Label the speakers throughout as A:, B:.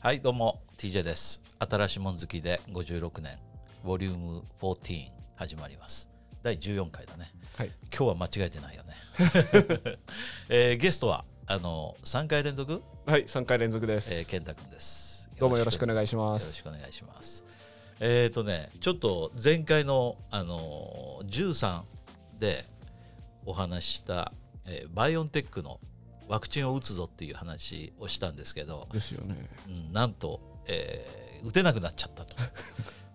A: はいどうも TJ です新しいもん好きで56年ボリューム14始まります第14回だね
B: はい、
A: 今日は間違えてないよ ね、えーゲストはあの3回連続、
B: はい、3回連続です、
A: えー、健太君です
B: どうもよろしくお願いし
A: よ
B: ま
A: ろ
B: す
A: しくお願いしますえっ、とねちょっと前回のあの13でお話しした、えーバイオンテックのワクチンを打つぞっていう話をしたんですけど、
B: ですよね
A: うんなんと、えー打てなくなっちゃ ったと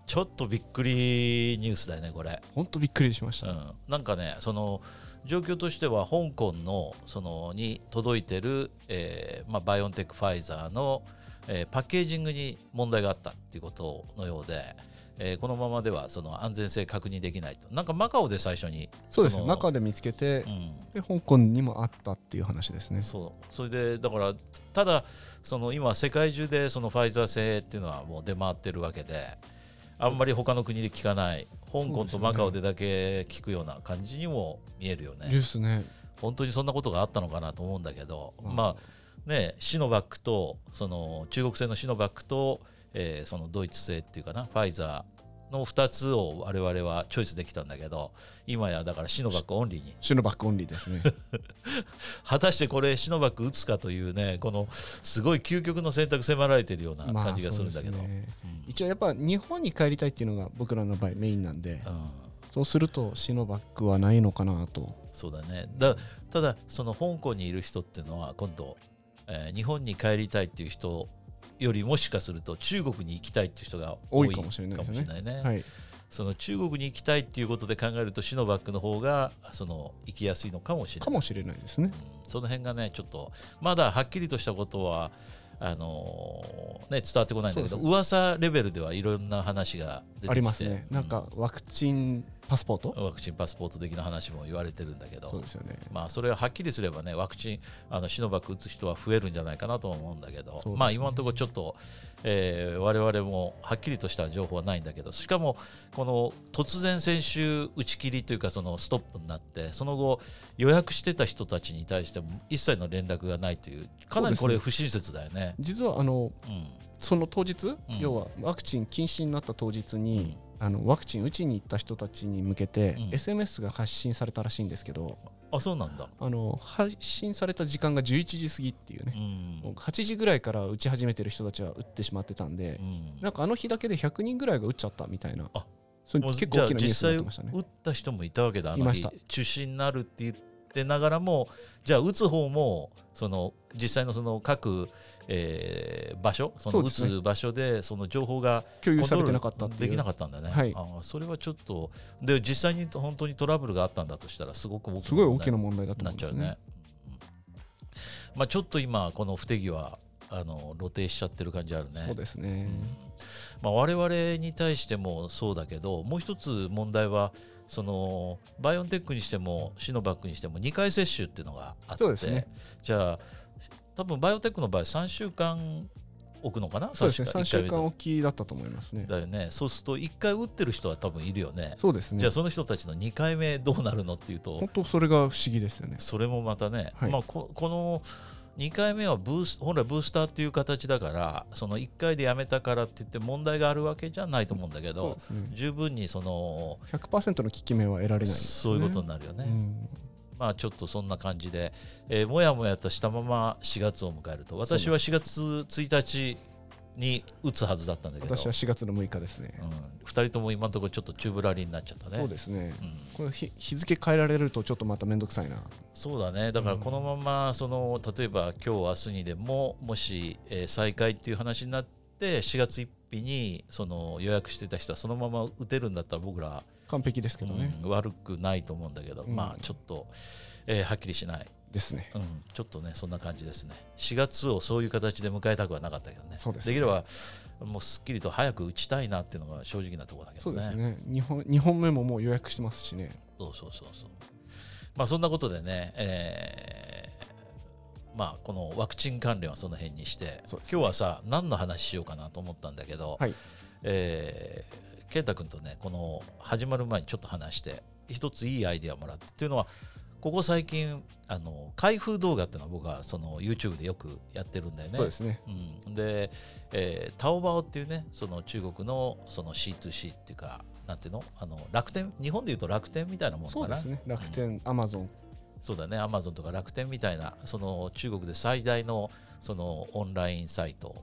A: ちょっとびっくりニュースだよねこれ、
B: 本当びっくりしまし
A: う
B: た、
A: ん、なんかねその状況としては香港のそのに届いてる、えーまあ、バイオンテックファイザーの、えーパッケージングに問題があったっていうことのようで、えーこのままではその安全性確認できないとなんかマカオで最初に
B: そうです
A: そ
B: ね
A: の
B: 中で見つけて
A: う、ん、
B: で香港にもあったっていう話ですね
A: そうそれでだからただその今世界中でそのファイザー製っていうのはもう出回ってるわけであんまり他の国で聞かない香
B: そう
A: 港
B: です
A: と
B: よね
A: マカオでだけ聞くような感じにも見えるよね
B: ですね
A: 本当にそんなことがあったのかなと思うんだけど、
B: うん
A: まあねシノバックとその中国製のシノバックと、えーそのドイツ製っていうかなファイザーの2つを我々はチョイスできたんだけど今やだからシノバックオンリーに
B: シノバックオンリーです ね
A: 果たしてこれシノバック打つかというねこのすごい究極の選択迫られてるような
B: まあ
A: 感じがするんだけど、
B: そううんですね一応やっぱ日本に帰りたいっていうのが僕らの場合メインなんで、
A: うん
B: そうするとシノバックはないのかなと
A: そうだねだただその香港にいる人っていうのは今度、えー日本に帰りたいっていう人よりもしかすると中国に行きたいっていう人が多
B: 多
A: い
B: いかもしれないです
A: か
B: ね
A: もしれないね
B: はい
A: その中国に行きたいっていうことで考えるとシノバックの方がその行きやすいのかもしれない
B: かもしれないです
A: うん
B: ね
A: その辺がねちょっとまだはっきりとしたことはあのーね、伝わってこないんだけど、
B: そうですね
A: 噂レベルではいろんな話が出てきて
B: ありますね
A: う
B: なんかワクチンパスポート、
A: ワクチンパスポート的な話も言われてるんだけ
B: そう
A: ど
B: ですよね
A: まあ、それははっきりすればねワクチンあのシノバック打つ人は増えるんじゃないかなとは思うんだけど、
B: そうですね
A: まあ、今のところちょっと、えー我々もはっきりとした情報はないんだけどしかもこの突然先週打ち切りというかそのストップになってその後予約してた人たちに対しても一切の連絡がないというかなりこれ
B: そう
A: 不親切だよね。
B: 実はあの
A: うん
B: その当日、
A: ん
B: 要はワクチン禁止になった当日に、あのワクチン打ちに行った人たちに向けて、
A: うん
B: SMS が発信されたらしいんですけど
A: あそうなんだ、
B: あの発信された時間が11時過ぎっていう
A: う
B: ね、
A: ん
B: もう8時ぐらいから打ち始めてる人たちは打ってしまってたんで
A: う、ん
B: なんかあの日だけで100人ぐらいが打っちゃったみたいな
A: あ
B: それ
A: もう
B: 結構大きなニュースになって
A: 実
B: ました
A: 際
B: ね
A: 打った人もいたわけだ、あの日
B: いまし
A: 中止になるって言ってながらも、じゃあ、打つ方もその実際のその各、えー場所、その
B: そう
A: 打
B: ですね
A: つ場所でその情報が
B: 共有され
A: コ
B: て
A: ン
B: な
A: ト
B: か
A: ロ
B: ったっ
A: ール
B: てい
A: でき
B: う
A: なかったんだね。
B: はい
A: あーそれはちょっと、で実際に本当にトラブルがあったんだとしたら、すごく大きな
B: すごい
A: 問
B: 大
A: 題
B: きな問題だと
A: な
B: 思う
A: っ
B: ん
A: ち
B: で
A: ゃ
B: す
A: う
B: よね
A: ね。まあ、ちょっと今、この不手際、あの露呈しちゃってる感じあるね。
B: そうですね、
A: まあ、我々に対してもそうだけどもう一つ問題はそのバイオンテックにしてもシノバックにしても2回接種っていうのがあって
B: そうですね
A: じゃあ多分バイオテックの場合3週間置くのかな
B: そうですね3
A: 確か
B: 週
A: 一
B: 間
A: 回
B: おきだったと思いますね
A: だよねそうすると1回打ってる人は多分いるよね
B: そうです
A: じゃ
B: ね
A: あその人たちの2回目どうなるのっていうと
B: 本当それが不思議ですよね
A: それもまたね、
B: はい
A: まあ、ここの2回目はブース本来ブースターっていう形だからその1回でやめたからって言って問題があるわけじゃないと思うんだけ
B: そう
A: ど
B: ですね
A: 十分にその
B: 100%の効き目は得られないです
A: そ
B: ね
A: ういうことになるよね、
B: うん
A: まあちょっとそんな感じで、えーもやもやとしたまま4月を迎えると私は4月1日に打つはずだったんだけど
B: 私は4月の6日ですね。
A: うん、2人とも今のところちょっとチューブラリーになっちゃったね
B: そうですね。
A: うん
B: これ日日付変えられるとちょっとまた面倒くさいな。
A: そうだねだから
B: うん
A: このままその例えば今日明日にでももし、えー再開っていう話になって4月1日にその予約してた人はそのまま打てるんだったら僕ら
B: 完璧ですけどね。
A: うん悪くないと思うんだけど、
B: うん
A: まあちょっと、えーはっきりしない、
B: ですね。
A: うん、ちょっとねそんな感じですね4月をそういう形で迎えたくはなかったけどね
B: そうです
A: できればもうすっきりと早く打ちたいなっていうのが正直なところだけ
B: そ
A: ど
B: うです
A: ね
B: ね。日本日本目ももう予約してますしね。
A: そうそうそうそうまあそんなことでね、えーまあ、このワクチン関連はその辺にして、
B: そうですね
A: 今日はさ何の話しようかなと思ったんだけど、
B: はい
A: えー健太君とねこの始まる前にちょっと話して一ついいアイデアもらってっていうのはここ最近あの開封動画っていうのは僕はその YouTube でよくやってるんだよね。
B: そうですね。
A: うん、で、えータオバオっていうねその中国のその C2C っていうかなんていうのあの楽天日本でいうと楽天みたいなもんか
B: そうで
A: な
B: すね。楽天、アマゾン、
A: そうだね、アマゾンとか楽天みたいな、その中国で最大のそのオンラインサイト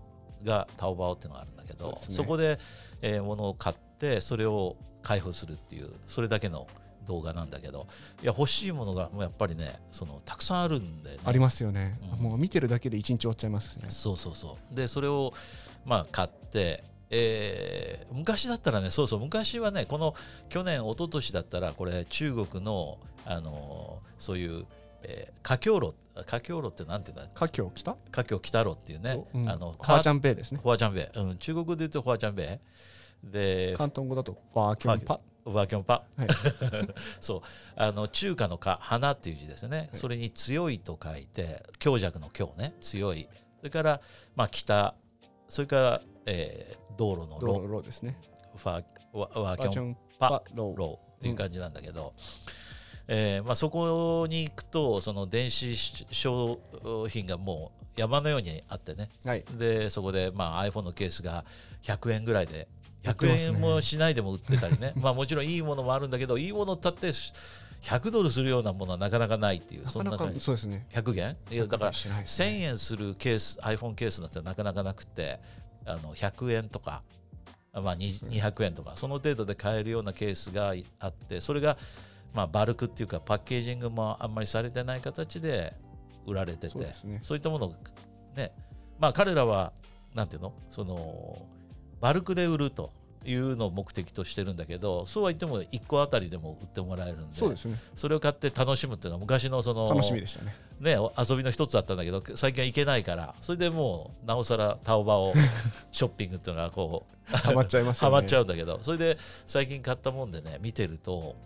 A: がタオバオっていうのがあるんだけ
B: そ
A: ど、
B: うです
A: そ,、
B: ね
A: こで、えー物を買って、それを開封するっていう、それだけの動画なんだけど、いや、欲しいものがもうやっぱりね、そのたくさんあるんだよね。
B: ありますよね
A: うん。
B: もう見てるだけで一日終わっちゃいますね。
A: そうそうそう。で、それを、まあ、買って、えー昔だったらね、そうそう、昔はね、この去年、一昨年だったら、これ、中国の、あのーそういう、えー、華僑路、華僑路ってなんていうんだ、
B: 華僑来た
A: 華僑北路っていうね、
B: うん
A: あの、
B: ファーチ
A: ャン
B: ャンペイですね。
A: ファーチャンベイ、うん、中国で言うとファーチャンベイ。で、
B: 広東語だとファーキョンパ。
A: ファーキョンパ、
B: はい
A: そうあの中華の華花っていう字ですよね、それに強いと書いて強弱の強ね強いそれから、まあ、北それから、えー道路のロ
B: ローローですね。
A: ファーワワー
B: ファー
A: キ
B: キ
A: ョ
B: ョ
A: ン
B: ン
A: パ
B: パロー。
A: ローっていう感じなんだけど、えーまあ、そこに行くとその電子商品がもう山のようにあってね
B: はい。
A: でそこで、まあ、iPhone のケースが100円ぐらいで
B: 売ってま
A: 100
B: すね
A: 円もしないでも売ってたりね まあもちろんいいものもあるんだけどいいものだって100ドルするようなものはなかなかないっていう
B: なかな
A: そ
B: か
A: んな
B: そうですね。
A: 100元いやだから
B: しないですね
A: 1000円するケース iPhone ケースなんてなかなかなくてあの100円とか、まあ、に200円とかその程度で買えるようなケースがあってそれがまあバルクっていうかパッケージングもあんまりされてない形で売られてて
B: そうですね
A: そういったものをねまあ彼らはなんていうのそのバルクで売るというのを目的としてるんだけどそうは言っても1個あたりでも売ってもらえるんで
B: そうですね。
A: それを買って楽しむっていうのは昔のその
B: 楽しみでしたね。
A: ね、お遊びの一つだったんだけど最近は行けないからそれでもうなおさらタオ バオショッピングっていうのがこう
B: ハマっちゃいますよ
A: ハ
B: ね。
A: マっちゃ
B: う。
A: うんだけどそれで最近買ったもんでね見てると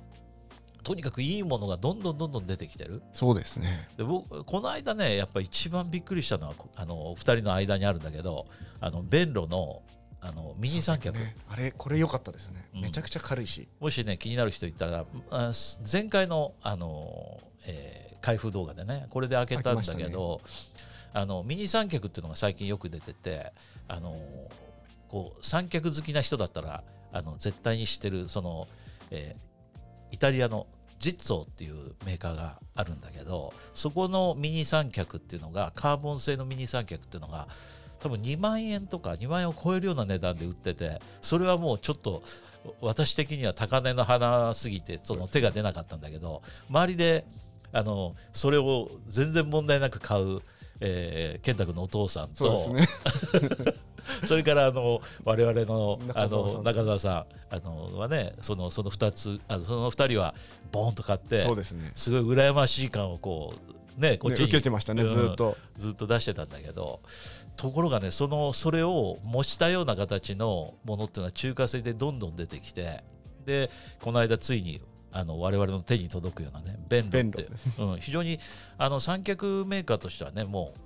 A: とにかくいいものがどんどんどんどん出てきてる
B: そうですね。
A: で僕この間ねやっぱ一番びっくりしたのはこあの2人の間にあるんだけどあの弁路のあのミニ三脚、
B: ねあれ、これ良かったですね。
A: うん
B: めちゃくちゃ軽いし。
A: もしね気になる人いたらあす前回の、あのえー開封動画でねこれで開けたんだけど、あのミニ三脚っていうのが最近よく出てて、あのこう三脚好きな人だったらあの絶対に知ってるその、えーイタリアのジッツォっていうメーカーがあるんだけどそこのミニ三脚っていうのがカーボン製のミニ三脚っていうのが多分2万円とか2万円を超えるような値段で売っててそれはもうちょっと私的には高値の花すぎてその手が出なかったんだけど周りであのそれを全然問題なく買う、えー、健太君のお父さん
B: そう
A: と
B: ですね。
A: それからあの我々のあ
B: 中澤さん
A: の中澤さんあのはねそのその2つあのその二人はボーンと買って
B: そうですね。
A: すごい羨ましい感をこうねこっ
B: ね
A: ちに、
B: 受けてましたね、
A: うん
B: ずーっと。
A: ずっと出してたんだけどところがねそのそれを模したような形のものっていうのは中華製でどんどん出てきてでこの間ついにあの我々の手に届くようなね弁論って
B: 弁
A: うん、非常にあの三脚メーカーとしてはねもう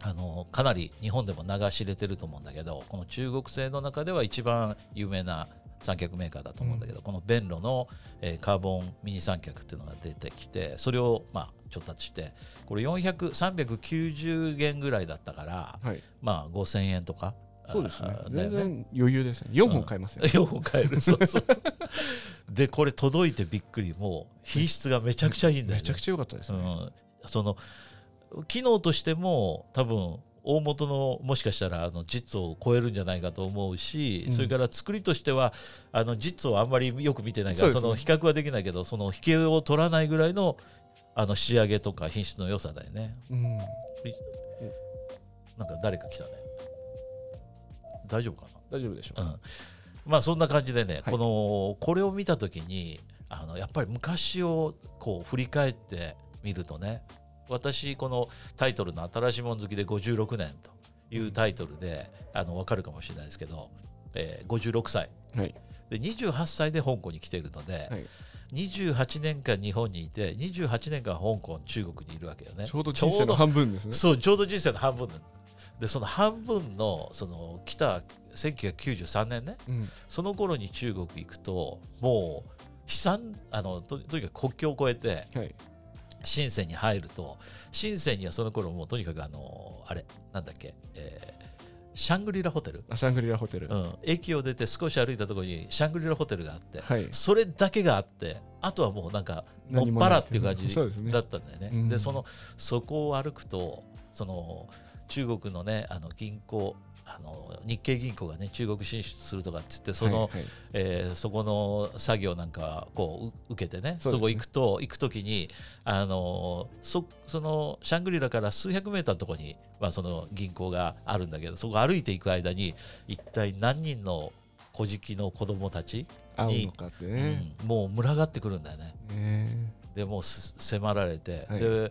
A: あのかなり日本でも名が知れてると思うんだけどこの中国製の中では一番有名な三脚メーカーだと思うんだけど、この弁路の、えーカーボンミニ三脚っていうのが出てきてそれを、まあ、調達してこれ400390元ぐらいだったから、
B: はい。
A: まあ、5000円とか
B: そうですね
A: あ。ーだよ
B: 全 然余裕ですね。4本買いますよ。
A: 4本買えるそうそうそうでこれ届いてびっくりもう品質がめちゃくちゃいいんだよ、ね、
B: めちゃくちゃ良かったですね。
A: うん、その機能としても多分大元のもしかしたらあの実を超えるんじゃないかと思うし、
B: うん
A: それから作りとしてはあの実をあんまりよく見てないから
B: そ
A: そう
B: ですね
A: の比較はできないけどその引けを取らないぐらいのあの仕上げとか品質の良さだよね
B: うん。
A: なんか誰か来たね大丈夫かな
B: 大丈夫でしょう
A: う
B: か。
A: ん、まあそんな感じでね、
B: はい
A: このこれを見た時にあのやっぱり昔をこう振り返ってみるとね私このタイトルの「新しいもん好きで56年」というタイトルで、あの分かるかもしれないですけど、えー56歳
B: はい。
A: で28歳で香港に来ているので、
B: はい
A: 28年間日本にいて28年間香港中国にいるわけよね
B: ちょうど人生の半分ですね。
A: そうちょうど人生の半分なのでその半分のその来た1993年ね
B: うん
A: その頃に中国行くともう悲惨あのととにかく国境を越えて
B: はい、
A: 深センに入ると深センにはその頃もうとにかくあのあれなんだっけ、えーシャングリラホテル、
B: あシャングリラホテル、
A: うん、駅を出て少し歩いたところにシャングリラホテルがあって、
B: はい、
A: それだけがあってあとはもうなんかも
B: 何
A: っ
B: も
A: ぱ
B: な
A: ら
B: い
A: っていう感じ
B: そうですね
A: だったんだよね。
B: うん
A: でそのそこを歩くとその中国のねあの銀行あの日系銀行がね中国進出するとかって言ってその、
B: はいはい
A: えーそこの作業なんかこうう受けてねそ
B: そ
A: う
B: ですね
A: こ行くと行く時にあのーそそのシャングリラから数百メーターのところに、まあ、その銀行があるんだけどそこ歩いていく間に一体何人の小敷の子供たち、
B: 会うのかってね。
A: うんもう群がってくるんだよね
B: ね
A: でもうす迫られて、
B: はい
A: で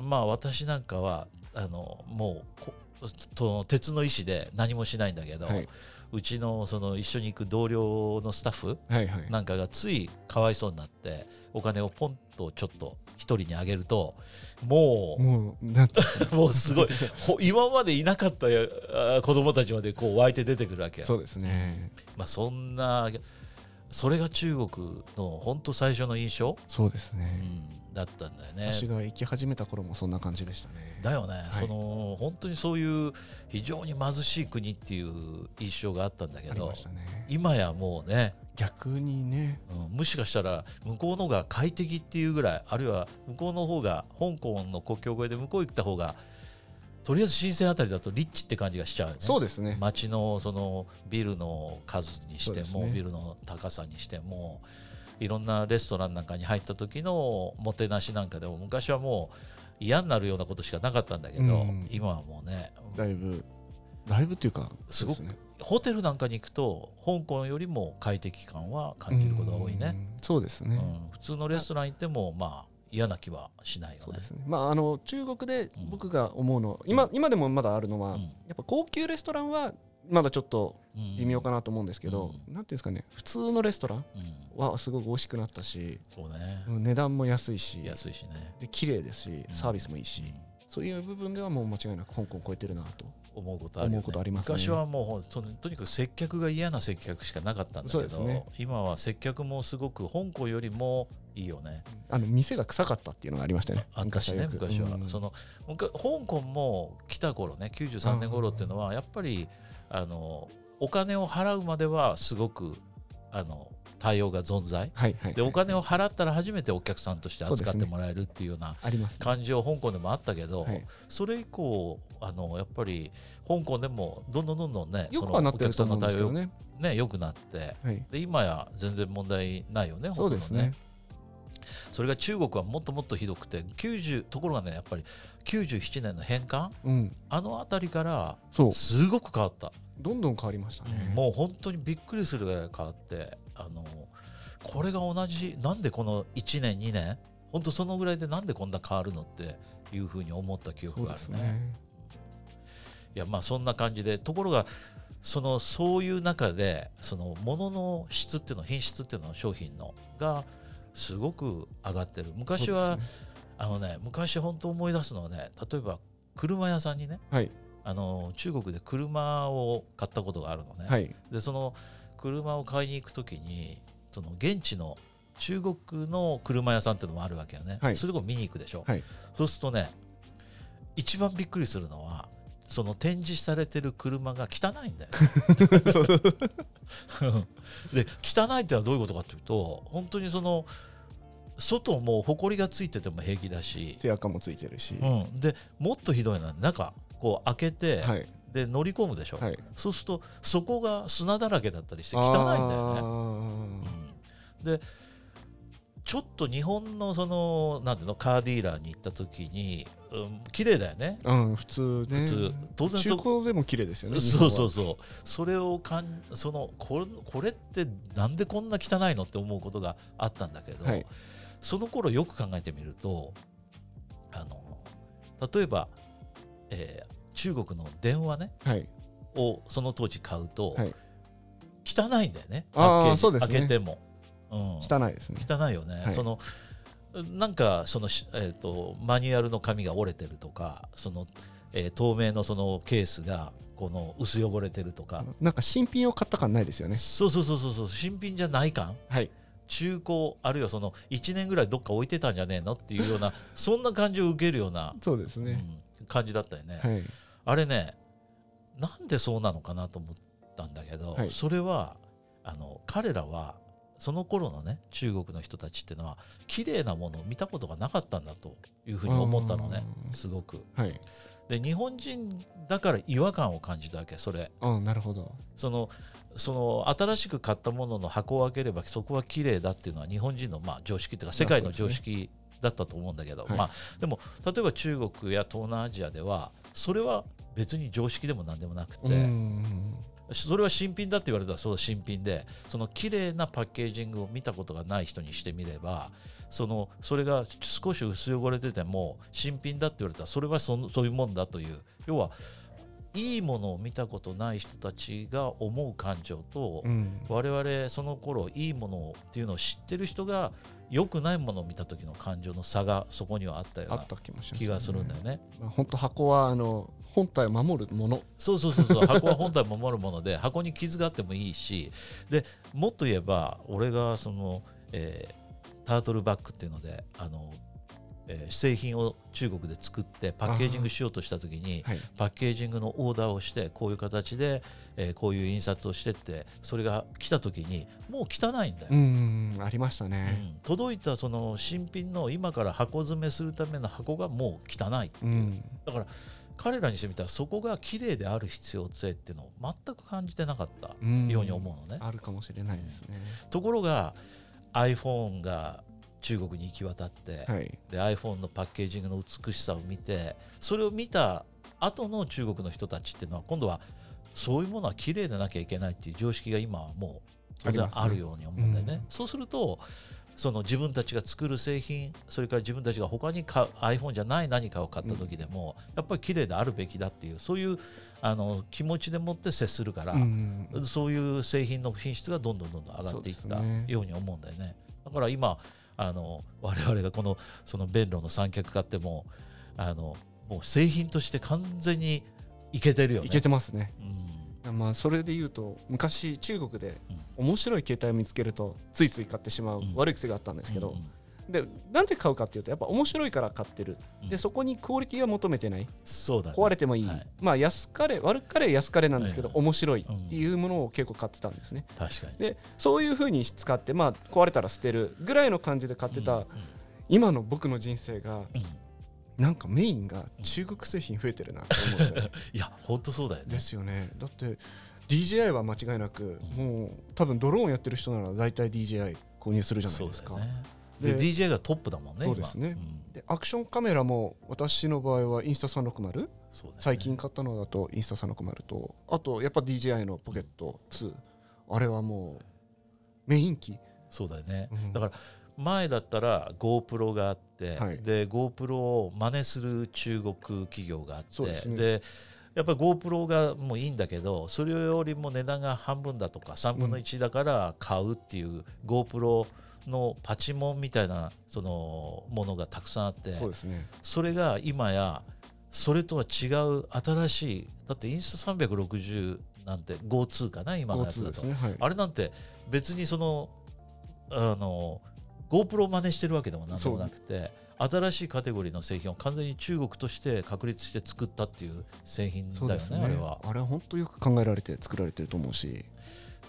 A: まあ私なんかはあのもうこと鉄の意志で何もしないんだけど、
B: はいう
A: ちのその一緒に行く同僚のスタッフ、
B: はいはい。
A: なんかがついかわいそうになってお金をポンとちょっと一人にあげるとも
B: もうなんて
A: うもうす ごいほ今までいなかったやあ子供たちまでこう湧いて出てくるわけよ
B: そうですね。
A: まあ、そんなそれが中国の本当最初の印象、
B: そうです
A: う
B: ね。
A: ん、だったんだよね。
B: 私が行き始めた頃もそんな感じでしたね。
A: だよね、
B: い
A: その本当にそういう非常に貧しい国っていう印象があったんだけ
B: あり
A: ど
B: ましたね。
A: 今やもうね
B: 逆にね、
A: うんもしかしたら向こうの方が快適っていうぐらいあるいは向こうの方が香港の国境越えで向こう行った方がとりあえず深センあたりだとリッチって感じがしちゃうよね。
B: そうですね。
A: 街のそのビルの数にしても、
B: そうですね
A: ビルの高さにしてもいろんなレストランなんかに入った時のもてなしなんかでも昔はもう嫌になるようなことしかなかったんだけど、
B: うん
A: 今はもうね
B: だいぶ、だいぶっていうか、
A: すごく
B: そうですね
A: ホテルなんかに行くと香港よりも快適感は感じることが多いね。
B: うん。そうですね。
A: うん、普通のレストラン行ってもまあ嫌な気はしないよね。
B: そうですねまあ、あの中国で
A: うん
B: 僕が思うの、今今でもまだあるのは、
A: うん
B: やっぱ高級レストランはまだちょっと
A: うん
B: 微妙かなと思うんですけど、
A: う
B: なんていうんですかね普通のレストラン
A: うん、
B: はすごく美味しくなったし、
A: そうね、
B: うん値段も安いし
A: 安いしね、
B: で綺麗ですし
A: うん
B: サービスもいいし、そういう部分ではもう間違いなく香港を超えてるなと
A: 思うことあるよ、ね、
B: 思うことありますね
A: 昔はもうそのとにかく接客が嫌な接客しかなかったんだ
B: そ
A: け
B: う
A: ど
B: ですね
A: 今は接客もすごく香港よりもいいよね。
B: あの店が臭かったっていうのがありましたね
A: あったしね
B: よく
A: 昔は、
B: うん
A: そのむか香港も来た頃ね93年頃っていうのはやっぱりあのお金を払うまではすごくあの対応が存在
B: はいはいはい
A: でお金を払ったら初めてお客さんとして扱ってもらえるっていうような
B: ありますね
A: 感じを香港でもあったけど、
B: はい
A: それ以降あのやっぱり香港でもどんどんどんどんね
B: よくはなってると思うんですけど
A: ね
B: ね、
A: ね良くなって
B: はい、
A: で今や全然問題ないよね
B: そうですね
A: ほとんどねそれが中国はもっともっとひどくて90ところがねやっぱり97年の返還
B: うん
A: あの辺りから
B: そう
A: すごく変わった、
B: どんどん変わりましたね、
A: もう本当にびっくりするぐらい変わってあのこれが同じなんでこの1年2年本当そのぐらいでなんでこんな変わるのっていうふうに思った記
B: そ
A: 憶
B: う
A: があ
B: で
A: る
B: す
A: ね
B: ね
A: いやまあそんな感じでところがそのそういう中でその物の質っていうの品質っていうの商品のがすごく上がってる昔は、
B: そうですね
A: あのね昔本当思い出すのはね例えば車屋さんにね
B: はい
A: あの中国で車を買ったことがあるのね、
B: はい
A: でその車を買いに行く時にその現地の中国の車屋さんっていうのもあるわけよね、
B: はい
A: それを見に行くでしょ、
B: はい
A: そうするとね一番びっくりするのはその展示されてる車が汚いんだよ
B: そうそう
A: で汚いってのはどういうことかというと本当にその外も埃がついてても平気だし、
B: 手垢もついてるし、
A: うん、でもっとひどいのは中こう開けて、
B: はい
A: で乗り込むでしょ、
B: はい
A: そうするとそこが砂だらけだったりして汚いんだよね。
B: あ
A: でちょっと日本のそのなんていうのカーディーラーに行った時に、うん、綺麗だよね
B: ーうん普通ね
A: 普通、当然
B: 中
A: そ
B: 古でも綺麗ですよね
A: そうそう
B: 日
A: そうそれをかんそのこれこれってなんでこんな汚いのって思うことがあったんだけど、
B: 本ははい
A: その頃よく考えてみるとあの例えば、えー中国の電話ね
B: はい
A: をその当時買うと、
B: はい
A: 汚いんだよね
B: あー
A: パッケージ
B: そうですね
A: 開けてもうん、
B: 汚いですね。
A: 汚いよね、
B: はい
A: そのなんかその、しえー、とマニュアルの紙が折れてるとかその、えー透明のそのケースがこの薄汚れてるとか、
B: なんか新品を買った感ないですよね。
A: そうそうそうそうそう新品じゃない感
B: はい。
A: 中古あるいはその1年ぐらいどっか置いてたんじゃねえのっていうようなそんな感じを受けるような、
B: そうですね。
A: うん感じだったよね、
B: はい。
A: あれねなんでそうなのかなと思ったんだけど、
B: はい
A: それはあの彼らはその頃のね中国の人たちっていうのは綺麗なものを見たことがなかったんだというふうに思ったのね
B: あー
A: すごく。
B: はい。
A: で日本人だから違和感を感じたわけそれ
B: ああ、なるほど。
A: そのその新しく買ったものの箱を開ければそこは綺麗だっていうのは日本人のまあ常識というか世界の常識だったと思うんだけど、
B: はい
A: まあ、でも例えば中国や東南アジアではそれは別に常識でも何でもなくて、
B: うーん。
A: それは新品だって言われたらそう新品でその綺麗なパッケージングを見たことがない人にしてみればそのそれが少し薄汚れてても新品だって言われたらそれはそのそういうもんだという要はいいものを見たことない人たちが思う感情と、
B: うん。
A: 我々その頃いいものっていうのを知ってる人が良くないものを見た時の感情の差がそこにはあったよう
B: あ
A: な
B: った気もします、
A: 気がするんだよ。ね。
B: まあ、本当箱はあの本体を守るもの。
A: そうそうそうそう箱は本体を守るもので 箱に傷があってもいいしでもっと言えば俺がその、えータートルバッグっていうのであの、えー製品を中国で作ってパッケージングしようとした時に
B: はい。
A: パッケージングのオーダーをしてこういう形で、えーこういう印刷をしてってそれが来た時にもう汚いんだよ。
B: うーん、ありました
A: う
B: ね。
A: ん届いたその新品の今から箱詰めするための箱がもう汚いって
B: う。
A: いうんだから彼らにしてみたらそこが綺麗である必要性っていうのを全く感じてなかった
B: うん
A: ように思うのね。
B: あるかもしれないですね。
A: ところが iPhone が中国に行き渡って、
B: はい。
A: で iPhone のパッケージングの美しさを見てそれを見た後の中国の人たちっていうのは今度はそういうものは綺麗でなきゃいけないっていう常識が今はもう当然あるように思うんだよね。
B: ありますねうん
A: そうするとその自分たちが作る製品それから自分たちが他に買う iPhone じゃない何かを買った時でも、やっぱり綺麗であるべきだっていうそういうあの気持ちでもって接するから、
B: うん
A: そういう製品の品質がどんどんどんどん上がっていっ
B: そうで
A: た
B: すね
A: ように思うんだよね。だから今あの我々がこのその弁路の三脚買ってもあのもう製品として完全にいけてるよね。
B: いけてますね。
A: うん
B: まあそれで言うと昔中国で
A: うん
B: 面白い携帯を見つけるとついつい買ってしまう
A: うん
B: 悪い癖があったんですけど、
A: うん
B: でなんで買うかっていうとやっぱ面白いから買ってる、
A: うん
B: でそこにクオリティは求めてない
A: そうだね。
B: 壊れてもいい、
A: はい
B: まあ安かれ悪かれ安かれなんですけど、
A: はいは
B: 面白いっていうものを結構買ってたんですね、
A: 確かに。
B: でそういうふうに使ってまあ壊れたら捨てるぐらいの感じで買ってた、
A: うん
B: 今の僕の人生が
A: うんうん
B: なんかメインが中国製品増えてるなって思うんですよ ね
A: いや本当そうだよね
B: で。すよねだって DJI は間違いなくもう多分ドローンやってる人なら大体 DJI 購入するじゃないですか
A: そうだよね。で
B: で
A: DJ がトップだもんね。
B: そうですね
A: 今うん
B: でアクションカメラも私の場合はインスタ360
A: そうだよね
B: 最近買ったのだとインスタ360とあとやっぱ DJI のポケット2あれはもうメイン機
A: そうだよね、
B: うん
A: だから前だったら GoPro があって、
B: はい
A: で GoPro を真似する中国企業があって
B: そうですね
A: やっぱり GoPro がもういいんだけどそれよりも値段が半分だとか3分の1だから買うっていう GoPro のパチモンみたいなそのものがたくさんあって
B: そうですね
A: それが今やそれとは違う新しいだってインスタ360なんて GoTo かな今のやつ
B: GoTo
A: だ
B: で
A: と
B: すねはい
A: あれなんて別にそのあの GoPro を真似してるわけでもなんでもなくて新しいカテゴリーの製品を完全に中国として確立して作ったっていう製品だ
B: そう
A: よね
B: ですね
A: あれは。
B: あれは本当よく考えられて作られてると思うし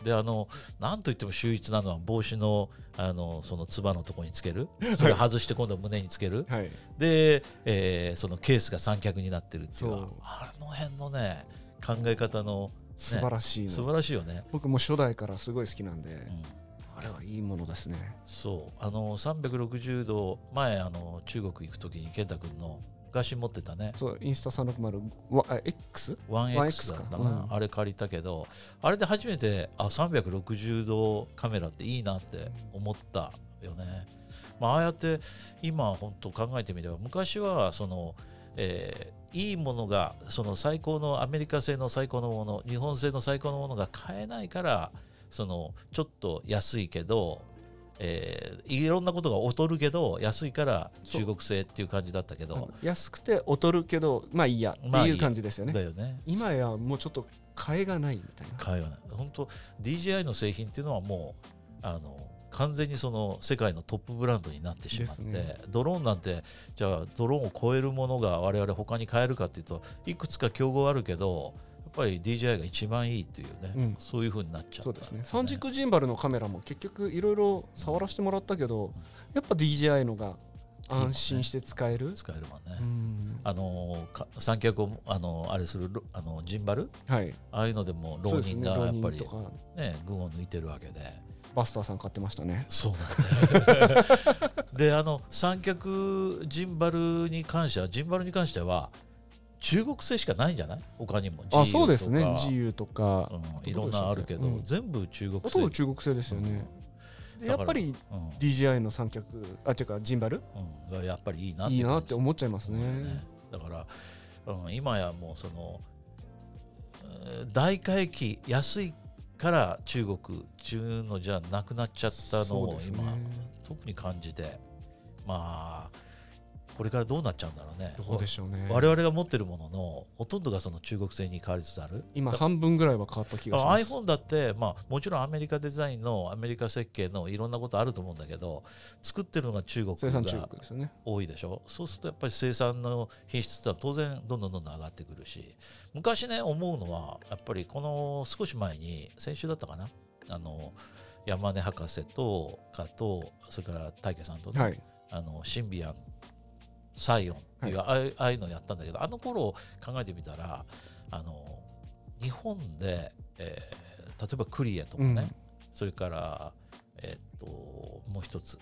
A: であのなんといっても秀逸なのは帽子のあのそのつばのとこにつけるそれを外して今度は胸につける、
B: はい
A: で、えーそのケースが三脚になってるっていうのは
B: そう
A: あの辺のね考え方の
B: 素晴らしい
A: 素
B: の
A: 晴らしいよね。
B: 僕も初代からすごい好きなんで
A: うん
B: あれはいいものですね
A: そうあの360度前あの中国行く時に健太君の昔持ってたね
B: そうインスタ360わあ X
A: 1X だったかな、
B: うん
A: あれ借りたけどあれで初めてあ360度カメラっていいなって思ったよね、まあ、ああやって今本当考えてみれば昔はその、えーいいものがその最高のアメリカ製の最高のもの日本製の最高のものが買えないからそのちょっと安いけどえーいろんなことが劣るけど安いから中国製っていう感じだったけ
B: あの
A: ど、
B: 安くて劣るけどまあいいやって
A: まあいい
B: いう感じですよね、
A: だよね
B: 今やもうちょっと替えがないみたいな
A: 海外本当 DJI の製品っていうのはもうあの完全にその世界のトップブランドになってしまって、
B: ですね
A: ドローンなんてじゃあドローンを超えるものが我々他に買えるかっていうといくつか競合あるけどやっぱり DJI が一番いいっていうね、
B: うん
A: そういうふうになっちゃった
B: そうですね三軸ジンバルのカメラも結局いろいろ触らせてもらったけどやっぱ DJI のが安心して使える
A: 使えるもんね、
B: うん
A: あのか三脚をあのあれするロあのジンバル
B: はい
A: ああいうのでも
B: そう
A: 浪
B: です
A: 人
B: ね
A: がや
B: 浪
A: っぱ
B: 人
A: り
B: とか
A: ね群を抜いてるわけで
B: バスターさん買ってましたね
A: そうなんだよ であの三脚ジンバルに関してはジンバルに関しては中国製しかないんじゃない他にも
B: あそうですね
A: GU
B: 自 u とか
A: とかうんいろんなあるけど、
B: うん
A: 全部中国
B: ほ
A: 製
B: とんど中国製ですよねでやっぱり
A: うん
B: DJI の三脚あていうかジンバル
A: うんがやっぱりいいなって
B: いいなって思っちゃいますね
A: だから、うん、今やもうそのうん大回帰安いから中国中のじゃなくなっちゃったの
B: そう
A: を
B: ですね
A: 今、特に感じてまあこれからどうなっちゃうんだろうね
B: どうでしょうね
A: 我々が持ってるもののほとんどがその中国製に変わりつつある
B: 今
A: だ
B: 半分ぐらいは変わった気がします
A: iPhone だって、まあ、もちろんアメリカデザインのアメリカ設計のいろんなことあると思うんだけど作ってるのが中国
B: 生産中
A: が
B: 国ですよね
A: 多いでしょそうするとやっぱり生産の品質ってのは当然どんどんどんどん上がってくるし昔ね思うのはやっぱりこの少し前に先週だったかなあの山根博士とかとそれから大家さんとね、
B: はい
A: あのシンビアンサイオンっていう、ああいうああいうのやったんだけどあの頃考えてみたらあの日本で、えー例えばクリエとかね、
B: うん
A: それから、えーっともう一つ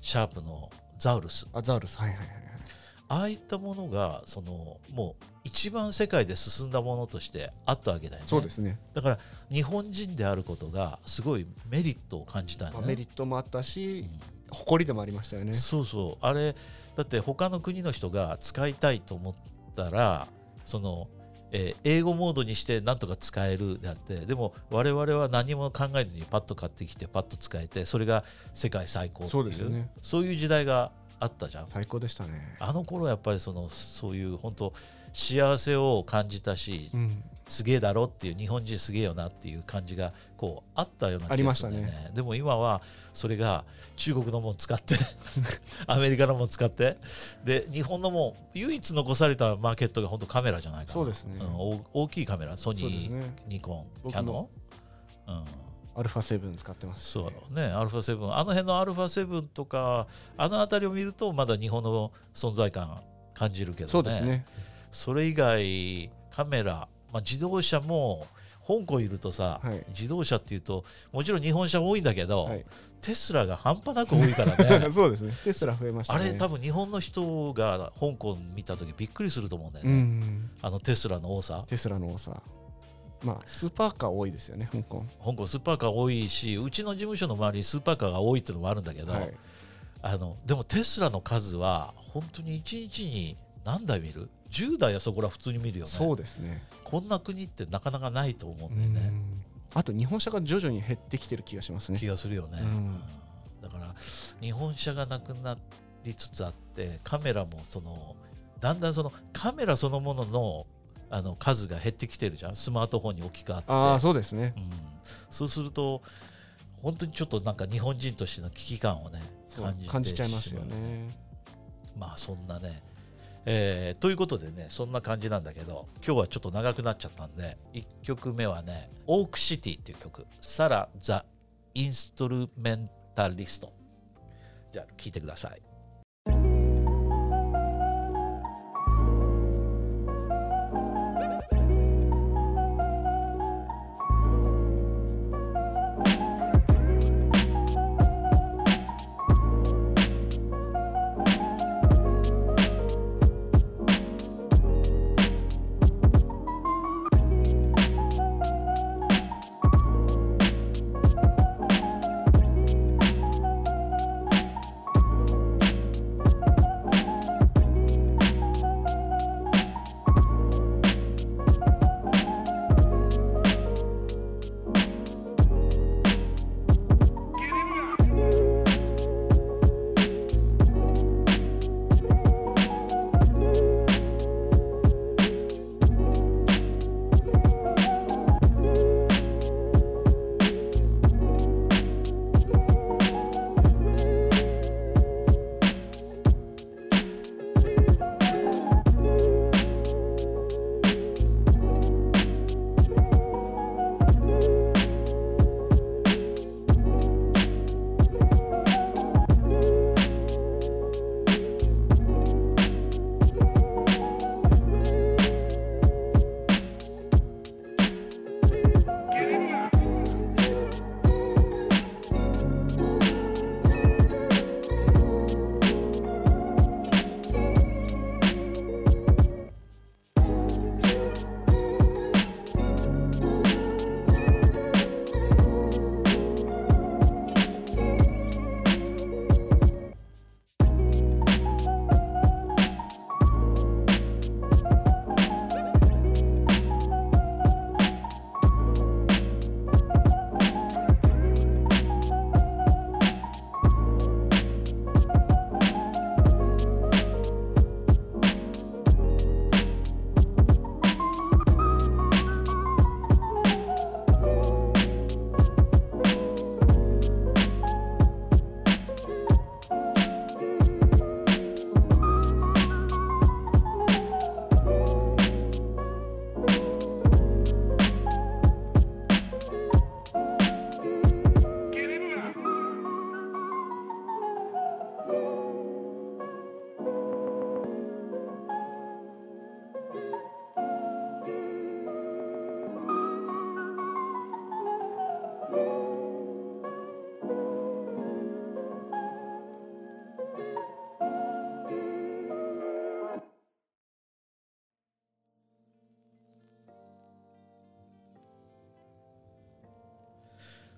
A: シャープのザウルス
B: あザウルスはいはいはいはい
A: ああいったものがそのもう一番世界で進んだものとしてあったわけだよね
B: そうですね
A: だから日本人であることがすごいメリットを感じたんだ
B: まあ
A: ね
B: メリットもあったし
A: うん
B: 誇りでもありましたよね
A: そうそうあれだって他の国の人が使いたいと思ったらその、えー英語モードにしてなんとか使えるであってでも我々は何も考えずにパッと買ってきてパッと使えてそれが世界最高っていう
B: そうですよね
A: そういう時代があったじゃん
B: 最高でしたね
A: あの頃やっぱりそのそういう本当幸せを感じたし、
B: うん
A: すげえだろっていう日本人すげえよなっていう感じがこうあったような
B: あ
A: 気
B: り
A: が
B: ますした
A: るん
B: ね
A: だよねでも今はそれが中国のもん使って アメリカのもん使ってで日本のもん唯一残されたマーケットが本当カメラじゃないかな
B: そうですね
A: ん大大きいカメラソニ
B: そうです
A: ー、
B: ね
A: ニコン
B: 僕も
A: キャノン、うん、
B: アルファ7使ってますし
A: そうねアルファ7あの辺のアルファ7とかあの辺りを見るとまだ日本の存在感感じるけどね
B: そうですね
A: それ以外カメラ、まあ、自動車も香港いるとさ、
B: はい
A: 自動車っていうともちろん日本車多いんだけど、
B: はい
A: テスラが半端なく多いからね
B: そうですねテスラ増えました
A: あ
B: ね
A: れ多
B: 分
A: 分日本の人が香港見た時びっくりすると思うんだよ
B: う
A: ね、
B: ん
A: あのテスラの多さ
B: テスラの多さまあスーパーカー多いですよね香港
A: 香港スーパーカー多いしうちの事務所の周りにスーパーカーが多いっていうのもあるんだけど、
B: はい
A: あのでもテスラの数は本当に1日に何台見る ?10 台はそこら普通に見るよね
B: そうですね
A: こんな国ってなかなかないと思う
B: うん
A: だよね、
B: んあと日本車が徐々に減ってきてる気がしますね
A: 気がするよね、
B: うん
A: うんだから日本車がなくなりつつあってカメラもそのだんだんそのカメラそのもののあの数が減ってきてるじゃんスマートフォンに置き換わって
B: ああそうですね
A: うん、そうすると本当にちょっとなんか日本人としての危機感をね
B: そう
A: 感じて
B: 感じちゃいます
A: しま
B: よ
A: う
B: ね
A: まあそんなね、えーということでねそんな感じなんだけど今日はちょっと長くなっちゃったんで1曲目はね「オークシティ」っていう曲「サラ・ザ・インストルメンタリスト」じゃあ聴いてください。
C: 「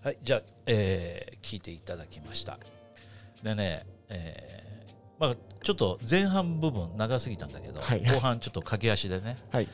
A: はい、じゃあ、えー聞いていただきました。でね、えーまあ、ちょっと前半部分長すぎたんだけど、
B: はい
A: 後半ちょっと駆け足でね、
B: はい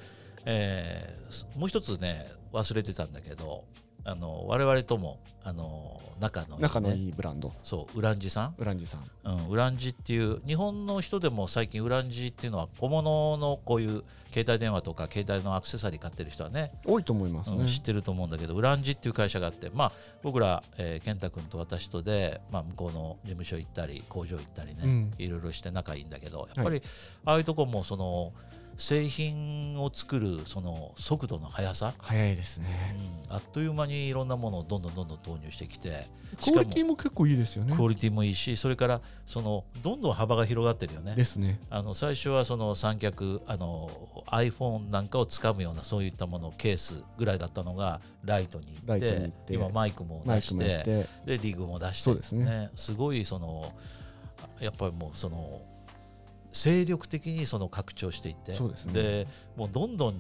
A: えーもう一つね忘れてたんだけどあの我々ともあの仲のいいね、
B: 仲のいいブランド
A: そうウランジさん、
B: ウランジさん
A: うん、ウランジっていう日本の人でも最近ウランジっていうのは小物のこういう携帯電話とか携帯のアクセサリー買ってる人はね
B: 多いと思いますね、
A: うん知ってると思うんだけどウランジっていう会社があって、まあ、僕ら、えー健太君と私とで、まあ、向こうの事務所行ったり工場行ったりね、
B: うん
A: いろいろして仲いいんだけどやっぱりああいうとこもその製品を作るその速度の速さ、
B: 早いです
A: う
B: ね
A: んあっという間にいろんなものをどんどんどんどん投入してきてしか
B: クオ
A: も
B: リティも結構いいですよね
A: クオリティもいいしそれからそのどんどん幅が広がってるよね
B: で。すね
A: あの最初はその三脚あの iPhone なんかをつかむようなそういったものケースぐらいだったのがライトに行
B: ラ
A: っ
B: イ
A: て
B: トに行って
A: 今マイクも
B: マイ
A: 出
B: ク
A: し
B: もやってて
A: でリグも出して
B: そうですね
A: すごいそのやっぱりもうその精力的にその拡張していって
B: そうですね
A: もうどんどん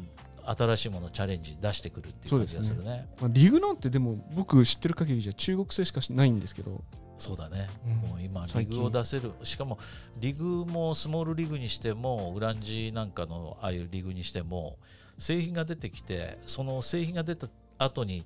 A: 新しいものチャレンジ出してくるっていう感じがするね
B: まあ、リグなんてでも僕知ってる限りじゃ中国製しかしないんですけど
A: そうだね、
B: うん
A: もう今リ
B: 最近
A: グを出せるしかもリグもスモールリグにしてもウランジなんかのああいうリグにしても製品が出てきてその製品が出た後に、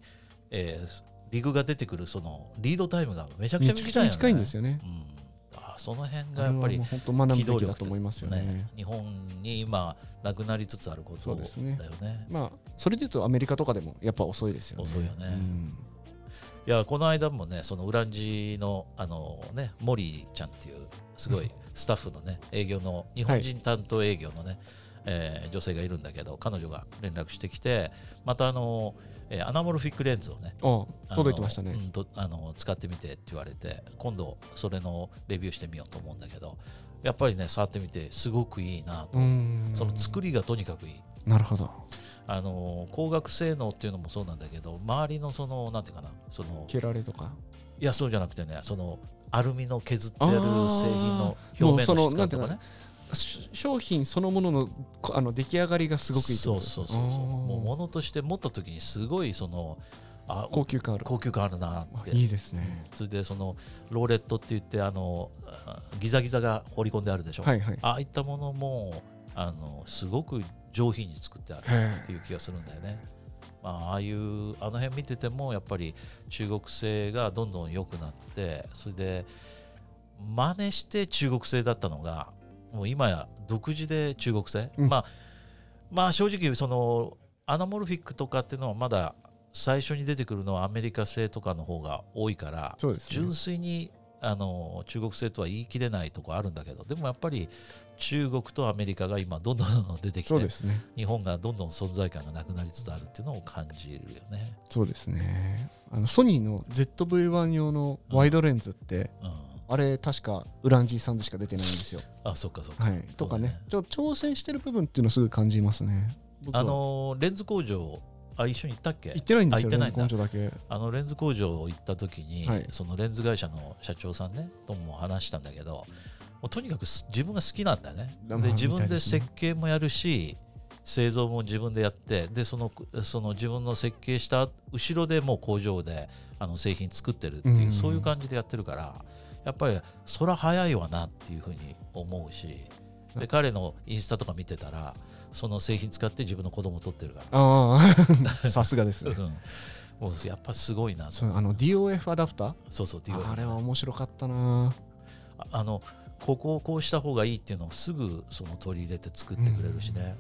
A: えーリグが出てくるそのリードタイムがめちゃくちゃ
B: めちゃく
A: 短
B: ちゃ
A: いよね
B: 短いんですよね。
A: うん、あその辺
B: あ
A: が
B: れ
A: や
B: は
A: っぱり
B: もう本当学
A: 機
B: ぶ
A: 動
B: べ
A: 力
B: きだと思いますよね。
A: 日本に今なくなりつつあること
B: そう
A: だ
B: で
A: よ
B: すね
A: ね
B: まあそれで言うとアメリカとかでもやっぱ遅いですよね。
A: 遅いよね
B: うん
A: いやこの間もねそのウランジのあのねモリーちゃんっていうすごいスタッフのね営業の日本人担当営業のね、えー女性がいるんだけど彼女が連絡してきてまたあの、えーアナモルフィックレンズをね
B: あ
A: あの
B: 届いてましたね。
A: うんとあの使ってみてって言われて今度それのレビューしてみようと思うんだけどやっぱりね触ってみてすごくいいなと、
B: うん
A: その作りがとにかくいい
B: なるほど。
A: あの光学性能っていうのもそうなんだけど周りのそのなんていうかなその
B: 蹴られとか。
A: いやそうじゃなくてねそのアルミの削ってある製品の表面
B: もう
A: の
B: そ
A: 質
B: のなん
A: 感
B: てい
A: とか
B: うの
A: ね
B: し商品そのもののこあの出来上がりがすごくいいって
A: そう
B: ことです
A: そうそうそう
B: あー
A: もう物として持った時にすごいそのあ
B: 高級感ある。
A: 高級感あるなって
B: あいいですね。
A: それでそのローレットって言ってあのあギザギザが彫り込んであるでしょ、
B: はいはい。
A: ああいったものもあのすごく上品に作ってある
B: へ
A: っていう気がするんだよね。まあ、ああいうあの辺見ててもやっぱり中国製がどんどん良くなってそれで真似して中国製だったのがもう今や独自で中国製、
B: うん
A: まあまあ正直そのアナモルフィックとかっていうのはまだ最初に出てくるのはアメリカ製とかの方が多いから
B: そうですね
A: 純粋にあの中国製とは言い切れないとこあるんだけどでもやっぱり中国とアメリカが今どんどんどんどん出てき
B: そう
A: て
B: ですね。
A: 日本がどんどん存在感がなくなりつつあるっていうのを感じるよね。
B: そうですね。あのソニーの ZV-1 用のワイドレンズって、
A: うん、
B: あれ確かウランジーさんでしか出てないんですよ。
A: あそっかそっか。
B: はい、とかねちょっと挑戦してる部分っていうのをすぐ感じますね。僕は
A: あのレンズ工場あ一緒に行ったっけ
B: 行ってないんですよ
A: あ行ってないんだ
B: ね、根性だ け。
A: あのレンズ工場行った時に、
B: はい
A: そのレンズ会社の社長さんねとも話したんだけどもうとにかくす自分が好きなんだよね
B: ま
A: で
B: あ
A: 自
B: みた
A: 分
B: いで
A: です
B: ね
A: 設計もやるし製造も自分でやってでそのその自分の設計した後ろでもう工場であの製品作ってるっていう、
B: うん
A: そういう感じでやってるからやっぱりそら早いわなっていうふうに思うしで彼のインスタとか見てたらその製品使って自分の子供撮ってるから
B: あ あ、さすがですね。
A: うんもうやっぱすごいなと
B: そうあの DOF アダプター
A: そうそうっていう
B: あれは面白かったな。
A: ああのここをこうした方がいいっていうのをすぐその取り入れて作ってくれるしね、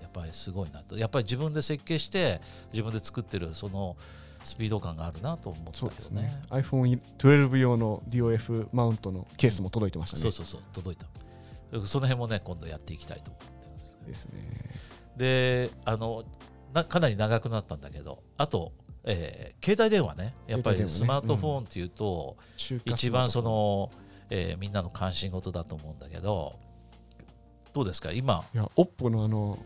A: やっぱりすごいなとやっぱり自分で設計して自分で作ってるそのスピード感があるなと思った
B: そう
A: け
B: です
A: ど
B: ね
A: ね。
B: iPhone12 用の DOF マウントのケースも届いてましたね。
A: そうそうそう届いたその辺もね今度やっていきたいと思ってるんです
B: ですね。
A: であのなかなり長くなったんだけどあと、えー携帯電話ねやっぱり
B: 携帯電話ね
A: スマートフォンっていうと、
B: 中華スマートフォン
A: 一番その、えーみんなの関心事だと思うんだけどどうですか今
B: いや、OPPO のあの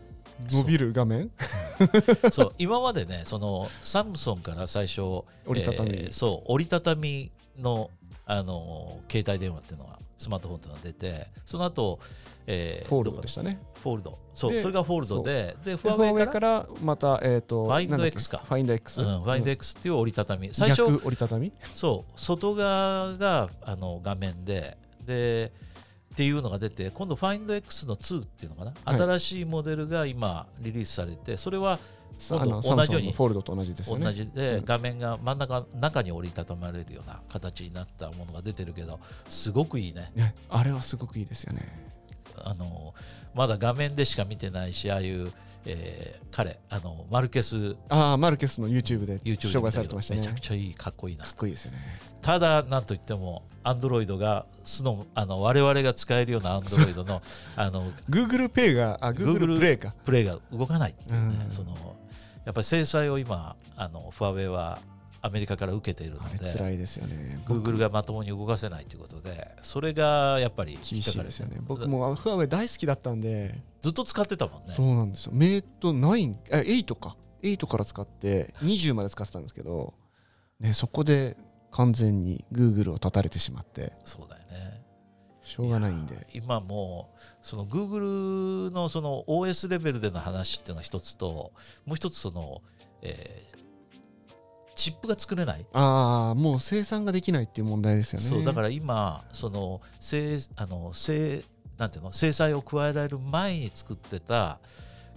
B: 伸びる画面、
A: そう今までねそのサムソンから最初
B: 折りたたみ
A: ーそう折りたたみのあの携帯電話っていうのがスマートフォンっていうのが出てその後、えー
B: フォールド
A: どこだ
B: でしたね。
A: フォールドそう
B: で
A: それがフォールドでで
B: で
A: ファーウェイか
B: ファーウェイからまた、えっ、と、
A: ファインド
B: なんだっけ
A: X か
B: ファインド X。
A: ら、うん、ファインド
B: うん
A: X っていう折りたたみ最初
B: 逆折りたたみ
A: そう外側があの画面ででっていうのが出て今度 FindX の2っていうのかな、
B: はい
A: 新しいモデルが今リリースされてそれは
B: さあ
A: 今
B: の
A: 度
B: サ
A: 同
B: ムソン
A: じよう
B: の
A: に
B: フォールドと同じですよ
A: 同
B: ね。
A: じで、
B: うん
A: 画面が真ん中中に折りたたまれるような形になったものが出てるけどすごくいいね
B: ねあれはすごくいいですよね。
A: あのまだ画面でしか見てないしああいう、えー彼あのマルケス YouTube
B: ああ、マルケスの YouTube で
A: で見たけど
B: 紹介されてましたね。
A: めちゃく
B: か
A: ちゃいいかっこいいな
B: っこいいですよね。
A: ただなんといってもアンドロイドがスノあの我々が使えるようなアンドロイドのあの
B: Google Pay が、あ、Google
A: Google
B: Play か。
A: プレイが動かないっていうね、
B: うん
A: そのやっぱり制裁を今あのファーウェイはアメリカから受けているの
B: あれ
A: で
B: 辛いですよね。
A: Google がまともに動かせないということでそれがやっぱり
B: 厳し
A: 引っか
B: い
A: かる
B: ですよね。僕もあファーウェイ大好きだったんで、
A: ずっと使ってたもんね
B: そうなんですよ。メイト9、え、8か。8から使って、20まで使ってたんですけど、ね、そこで完全に Google を断たれてしまって、
A: そうだよね
B: しょうがないんで。
A: や今もうその Google のその OS レベルでの話っていうのが一つともう一つその、えーチップが作れない
B: ああ、もう生産ができないっていう問題ですよね。
A: そうだから今その制あの制なんていうの制裁を加えられる前に作ってた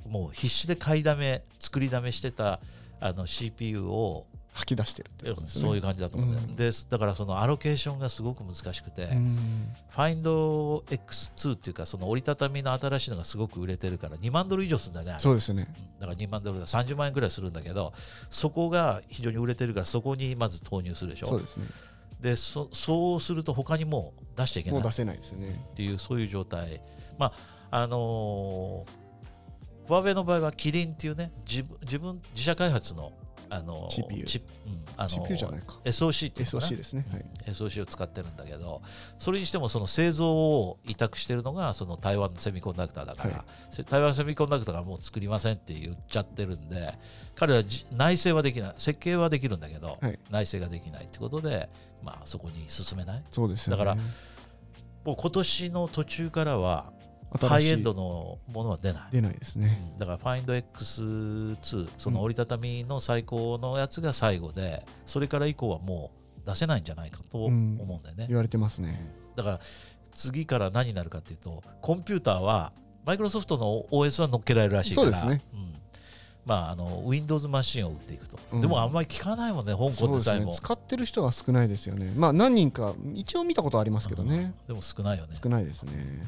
A: もう必死で買いだめ作りだめしてたあの CPU を
B: 吐き出してるってことですよね。
A: そういう感じだと思うんだよ、
B: うん
A: ですだからそのアロケーションがすごく難しくて、
B: うん
A: FindX2 っていうかその折りたたみの新しいのがすごく売れてるから2万ドル以上するんだよねあれ
B: そうですよね。
A: うんだから2万ドルだ30万円ぐらいするんだけどそこが非常に売れてるからそこにまず投入するでしょ
B: そうですね。
A: でそそうすると他にもう出しちゃいけない
B: も
A: う
B: 出
A: っ
B: せないですよね。
A: ていうそういう状態まああのーファーウェイの場合はキリンっていうね自分自分自社開発の、あのー
B: CPU
A: チップうんあのー
B: CPU じゃないか。
A: SOC っていうのかな
B: SOC ですね。はい。
A: SOC を使ってるんだけどそれにしてもその製造を委託してるのがその台湾のセミコンダクターだから、
B: は
A: せ台湾のセミコンダクターがもう作りませんって言っちゃってるんで彼らじ内製はできない設計はできるんだけど、
B: はい
A: 内製ができないってことで、まあ、そこに進めない
B: そうですよ
A: だ
B: ね。
A: かもう今年の途中からは
B: 新しい
A: ハイエンドのものは出ない。
B: 出ないですね。
A: だから FindX2 その折りたたみの最高のやつが最後で、それから以降はもう出せないんじゃないかと思うんだよね、
B: 言われてますね。
A: だから次から何になるかっていうとコンピューターはマイクロソフトの OS は乗っけられるらしいから
B: そうです
A: うんまあ、あの Windows マシンを売っていくと、
B: うん
A: でもあんまり聞かないもんね香
B: そ
A: 港
B: う
A: で
B: で
A: さ
B: す
A: え
B: ね
A: も。
B: 使ってる人が少ないですよね。まあ何人か一応見たことありますけどね。
A: うんでも少ないよね、
B: 少ないですね。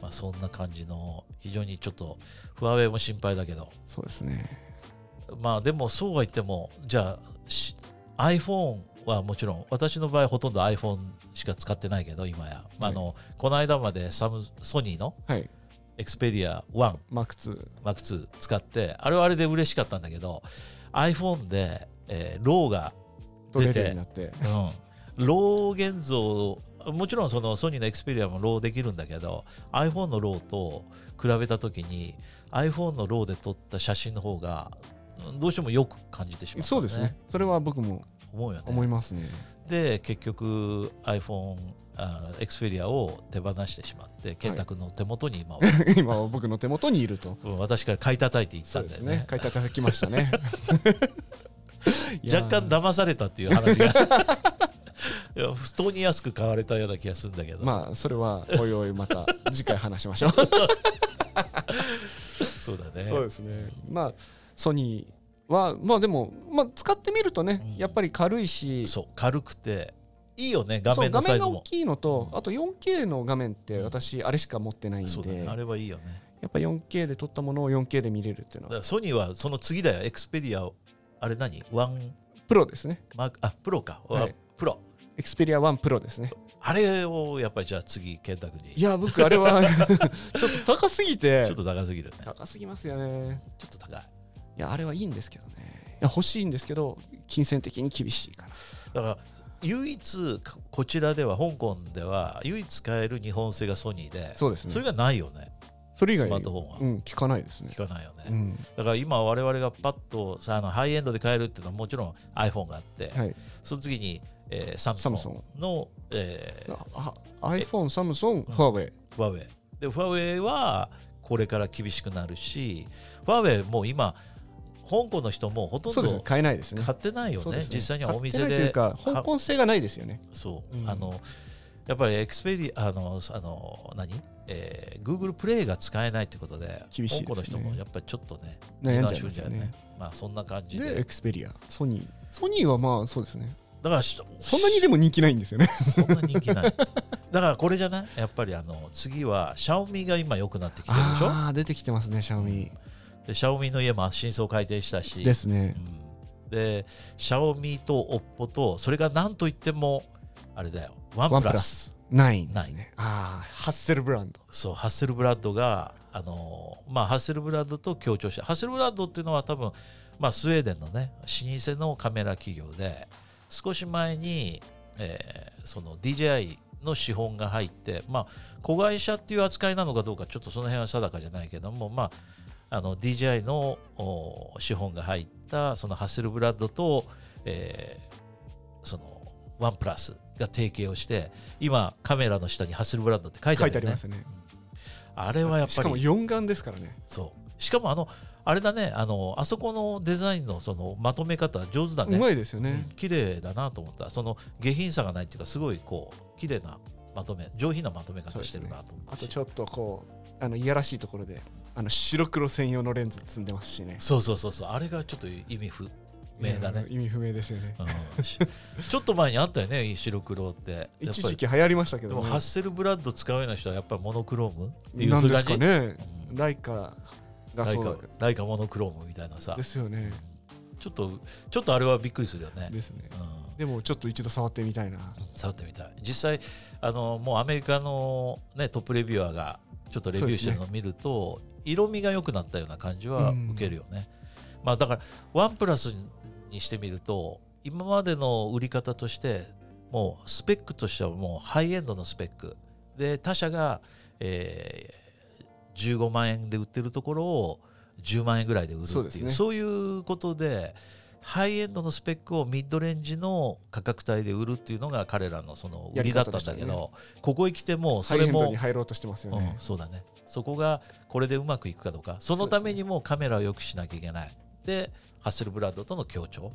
A: まあ、そんな感じの非常にちょっとファーウェイも心配だけど
B: そうですね。
A: まあでもそうは言ってもじゃあし iPhone はもちろん私の場合ほとんど iPhone しか使ってないけど今や、まああのこの間までサムソニーの
B: はい。
A: Xperia1
B: マーク2。
A: Mac2 使ってあれはあれで嬉しかったんだけど iPhone で、えー、ローが、
B: と出るようになって。
A: うん、ロー現像もちろんそのソニーの Xperia もローできるんだけど iPhone のローと比べた時に iPhone のローで撮った写真の方がうんどうしてもよく感じてしまう、
B: そうですね。それは僕も
A: 思うよね
B: 思いますね。
A: で結局 iPhone あ Xperia を手放してしまって健太君の手元に 今は、
B: 今は僕の手元にいると。
A: うん私から買い叩いていった
B: そうんで
A: だ
B: す
A: よ
B: ね。書いていただきましたね。いやー
A: 若干騙されたっていう話が いや不当に安く買われたような気がするんだけど、
B: まあそれはおいおいまた次回話しましょう。
A: そうだね
B: そうですね。まあソニーはまあでもまあ使ってみるとね、
A: うん
B: やっぱり軽いし、
A: そう軽くていいよね
B: そう
A: 画面のサイズ
B: が大
A: も
B: きいのと、あと 4K の画面って
A: うん
B: 私あれしか持ってないん
A: そうだ
B: で、
A: ねあ
B: や
A: れはいいよね
B: っぱ 4K で撮ったものを 4K で見れるってい
A: だ
B: うの
A: か
B: は
A: らソニーはその次だよエクスペディアあれ何ワン
B: プロですね。
A: マークあプロか、
B: はい
A: プロ
B: Xperia 1プロですね。
A: あれをやっぱりじゃあ次健太君に
B: い
A: ち
B: や僕あ れはちょっと高すぎて
A: ょっと高すぎるね
B: 高すぎますよね。
A: ちょっと高い
B: いやあれはいいんですけどね。いや欲しいんですけど金銭的に厳しいかな。
A: だから唯一ここちらでは香港では唯一買える日本製がソニーで
B: そうですね
A: それがないよね
B: それ以外
A: スマートフォンは
B: うん、聞かないですね
A: 聞、かないよね、
B: うん
A: だから今我々がパッとさあのハイエンドで買えるっていうのはもちろん iPhone があって、
B: はい、
A: その次に、えー、サムソ
B: Samsung
A: ンの、えー
B: ああ iPhone、サムソン、ファーウェイ、
A: ファーウェイでファーウェイはこれから厳しくなるしファーウェイもう今香港の人もほとん
B: そうですね
A: ど、
B: 買えないですね。
A: 買ってないよ
B: そう
A: ね
B: ですね
A: 実際にはお店
B: 買ってな
A: で
B: いというか、香港性がないですよね。
A: そう、
B: うん
A: あのやっぱりエクスペリあのあの何、えー、Google プレイが使えないってことで
B: 厳しいで
A: 香
B: すね
A: 港の人もやっぱりちょっとね
B: 悩んじゃいますよね。
A: まあそんな感じで
B: で、エクスペリア、ソニー。ソニーはまあそうですね。
A: だからし
B: そんなにでも人気ないんですよね。
A: そんな人気ないだからこれじゃないやっぱりあの次はシャオミが今良くなってきてるでしょ
B: あー、出てきてますね、シャオミ。
A: でシャオミの家も真相改定したし
B: ですね。
A: うんでシャオミとオッポとそれが何といってもあれだよワンプ
B: ワ
A: ラス
B: ンプラス9ですね。ああ、ハッセルブランド。
A: そうハッセルブラッドがあのーまあハッセルブラッドと協調してハッセルブラッドっていうのは多分まあスウェーデンのね老舗のカメラ企業で少し前に、えーその DJI の資本が入ってまあ子会社っていう扱いなのかどうかちょっとその辺は定かじゃないけどもまああの DJI のお資本が入ったそのハッセルブラッドと、えーそのワンプラスが提携をして今カメラの下にハッセルブラッドって書いて
B: 書
A: あ
B: い
A: るよ
B: てあり
A: ね
B: ますね。
A: あれはやっ
B: し
A: ぱ
B: かも
A: り
B: 4眼ですからね。
A: そうしかもあのあれだねあのあそこのデザインのそのまとめ方上手だ
B: う
A: ね
B: まいですよ
A: うん
B: ね。
A: 綺麗だなと思ったその下品さがないっていうかすごいこう綺麗なまとめ上品なまとめ方してるなと思った
B: あ
A: し
B: とちょっとこう、あのいやらしいところで、あの白黒専用のレンズ積んでますしね。
A: そうそうそうそうあれがちょっと意味不明だね
B: うん意味不明ですよね。
A: うんしちょっと前にあったよね白黒ってやっ
B: 一
A: ぱ
B: 時
A: り
B: 期流行りましたけ
A: で
B: ど
A: も
B: ね
A: ハッセルブラッド使うような人はやっぱりモノクロームっていう
B: なん
A: そういう
B: で
A: 感
B: す
A: じ
B: かね。
A: うん
B: ライカが
A: ライ
B: そうだ
A: カライカモノクロームみたいなさ
B: ですよね。
A: ちょっとちょっとあれはびっくりするよね
B: ですね。
A: うん
B: でもちょっと一度触ってみたいな。
A: 触ってみたい実際あのもうアメリカの、ね、トップレビュアーがちょっとレビューしてるのを見ると、色味が良くなったような感じは
B: うん
A: 受けるよね、まあだからワンプラスにしてみると今までの売り方としてもうスペックとしてはもうハイエンドのスペックで他社が、えー15万円で売ってるところを10万円ぐらいで売るってい
B: そう
A: う
B: です
A: そう,、
B: ね
A: いうことでハイエンドのスペックをミッドレンジの価格帯で売るっていうのが彼らのその売りだったんだ
B: やり
A: け
B: 方でした
A: ど、ここへ来ても
B: ハ
A: そ
B: イエ
A: れ
B: ンド
A: も
B: に入ろうとしてますよね
A: うん、。そうだねそこがこれでうまくいくかどうかそのためにもカメラを良くしなきゃいけないで,、ハッセルブラッドとの協調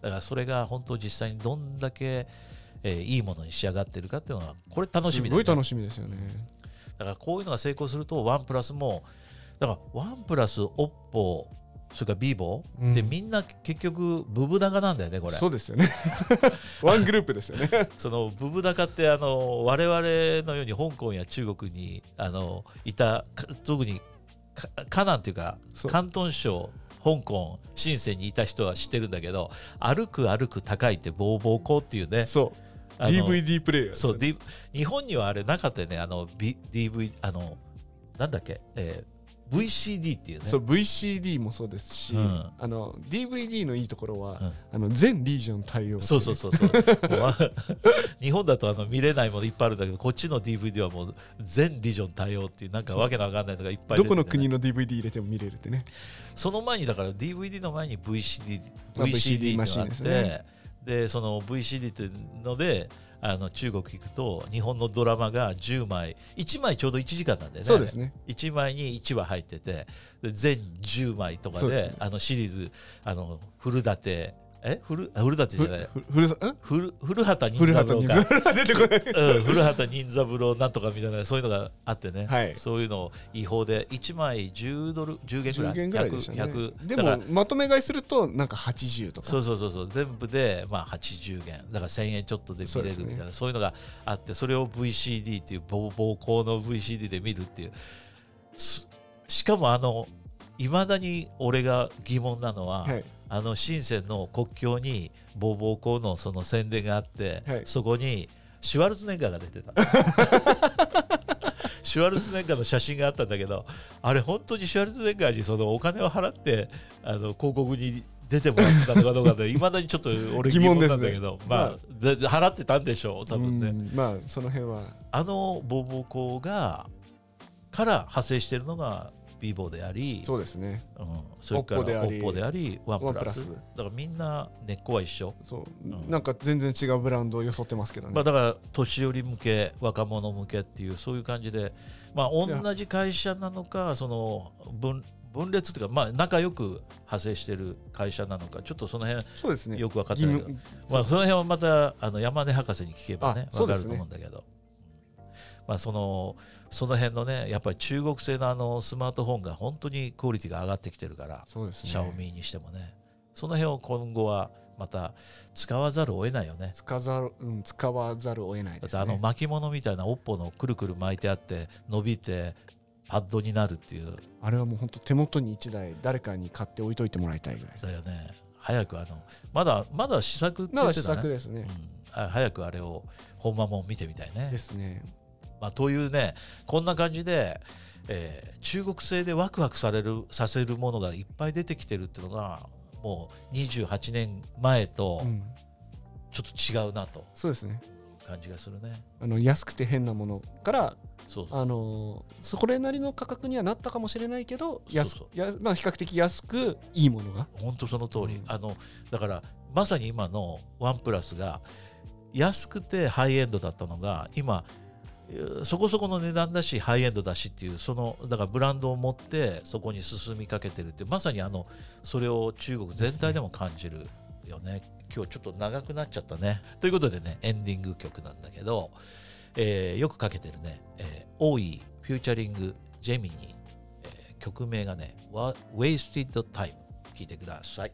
A: だからそれが本当実際にどんだけ、えーいいものに仕上がってるかっていうのはこれ楽しみだ,、
B: すご
A: ね、
B: い楽しみですよね。
A: だからこういうのが成功するとワンプラスもだからワンプラスオッポそれからビーボーって
B: うん
A: みんな結局ブブ高なんだよねこれ
B: そうです よね。ワングループですよね。
A: そのブブダカってあの我々のように香港や中国にあのいたか特にか河南というか
B: そう
A: 広東省香港深センにいた人は知ってるんだけど歩く歩く高いってボーボーコっていうね
B: そう。
A: あの
B: DVD プレイヤーです
A: そ
B: よ
A: う、
B: ね。
A: D、日本にはあれなかったよねあの、B、DV あのなんだっけ、えー VCD っていうね
B: そう VCD もそうですし、
A: うん
B: あの DVD のいいところは、
A: うん
B: あの全リージョン対応
A: そうそうそうそうもう あ日本だとあの見れないものいっぱいあるんだけどこっちの DVD はもう全リジョン対応っていうなんかわけのわかんないのがいっぱい出て
B: どこ
A: てね
B: の国の DVD 入れても見れるってね
A: その前にだから DVD の前に VCD,
B: まあ
A: VCD
B: VCD マ
A: って
B: シ
A: のがあっ
B: ンで
A: て
B: す
A: で,、
B: ね
A: その VCD っていうのであの中国行くと日本のドラマが10枚1枚ちょうど1時間なんでね
B: そうですね
A: 1枚に1話入っててで全10枚とか
B: そ
A: で
B: うですね
A: あのシリーズあの古舘え古あ古舘じゃない
B: ふふるさん
A: 古古畑任
B: 古
A: 三郎
B: 畑に
A: か
B: 出てこない
A: うん、古畑任三郎なんとかみたいなそういうのがあってね、
B: はい
A: そういうのを違法で1枚10ドル10元ぐらい
B: 10元ぐらいでしたね
A: 100
B: で
A: だから
B: もまとめ買いするとなんか80とか
A: そうそうそうそう全部でまあ80元だから1000円ちょっとで見
B: そう
A: れ
B: で
A: る
B: す
A: み
B: ね
A: たいなそう,、いうのがあってそれを VCD っていうぼ暴行の VCD で見るっていうすしかもあのいまだに俺が疑問なのは、
B: はい
A: あの深センの国境にボーボーコーのその宣伝があって、
B: はい
A: そこにシュワルツェネッガーが出てたシュワルツェネッガーの写真があったんだけどあれ本当にシュワルツェネッガーにそのお金を払ってあの広告に出てもらってたのかどうかでいまだにちょっと俺疑
B: 疑
A: 問
B: 問
A: な
B: ですね
A: んだけど、ま
B: ま
A: あでで払ってたんでしょう多分ね
B: うんまあその辺は
A: あのボーボーコーがから派生しているのが b ボであり
B: そうですね
A: うん、それから
B: オッポであり
A: ッポでありワンプラス
B: ワンプラ
A: だからみんな根っこは一緒、
B: そう、
A: ん
B: なんか全然違うブランドをよそってますけどね、
A: まあ、だから年寄り向け若者向けっていうそういう感じで、まあ、同じ会社なのかその分分裂というか、まあ、仲良く派生してる会社なのかちょっとその辺
B: そうですね
A: よく分かって
B: 義
A: ないけど、
B: 務
A: まあ、その辺はまたあの山根博士に聞けばね
B: あそ
A: 分か
B: うで
A: る
B: す
A: と
B: ね
A: 思うんだけど、まあ、そのその辺のねやっぱり中国製のあのスマートフォンが本当にクオリティが上がってきてるから、
B: そうですね
A: シャオミにしてもねその辺を今後はまた使わざるを得ないよね
B: 使ざる、うん、使わざるを得ない
A: だ
B: で
A: っ
B: す
A: て
B: ね
A: あの巻物みたいなオッポのくるくる巻いてあって伸びてパッドになるっていう
B: あれはもう本当手元に1台誰かに買って置いといてもらいたいぐらいです
A: だよね早くあのまだまだ試作って言
B: まだ
A: って
B: 試
A: た
B: 作
A: ね、
B: ですね、
A: うん、あ早くあれを本間も見てみたいね
B: ですね
A: まあ、というねこんな感じで、えー中国製でワクワクされるさせるものがいっぱい出てきてるっていうのがもう28年前と
B: うん
A: ちょっと違うなと
B: そうですね
A: 感じがするね。
B: あの安くて変なものから
A: そうそう
B: あのそこらなりの価格にはなったかもしれないけど安
A: そう
B: やまあ、比較的安くいいものが
A: 本当その通り、
B: うん
A: あのだからまさに今のワンプラスが安くてハイエンドだったのが今えーそこそこの値段だしハイエンドだしっていうそのだからブランドを持ってそこに進みかけてるってまさにあのそれを中国全体でも感じるよね今日ちょっと長くなっちゃったねということでねエンディング曲なんだけど、えーよくかけてるね「えー、大井フューチャリングジェミニー」えー曲名がね「Wa- Wasted Time」聞いてください。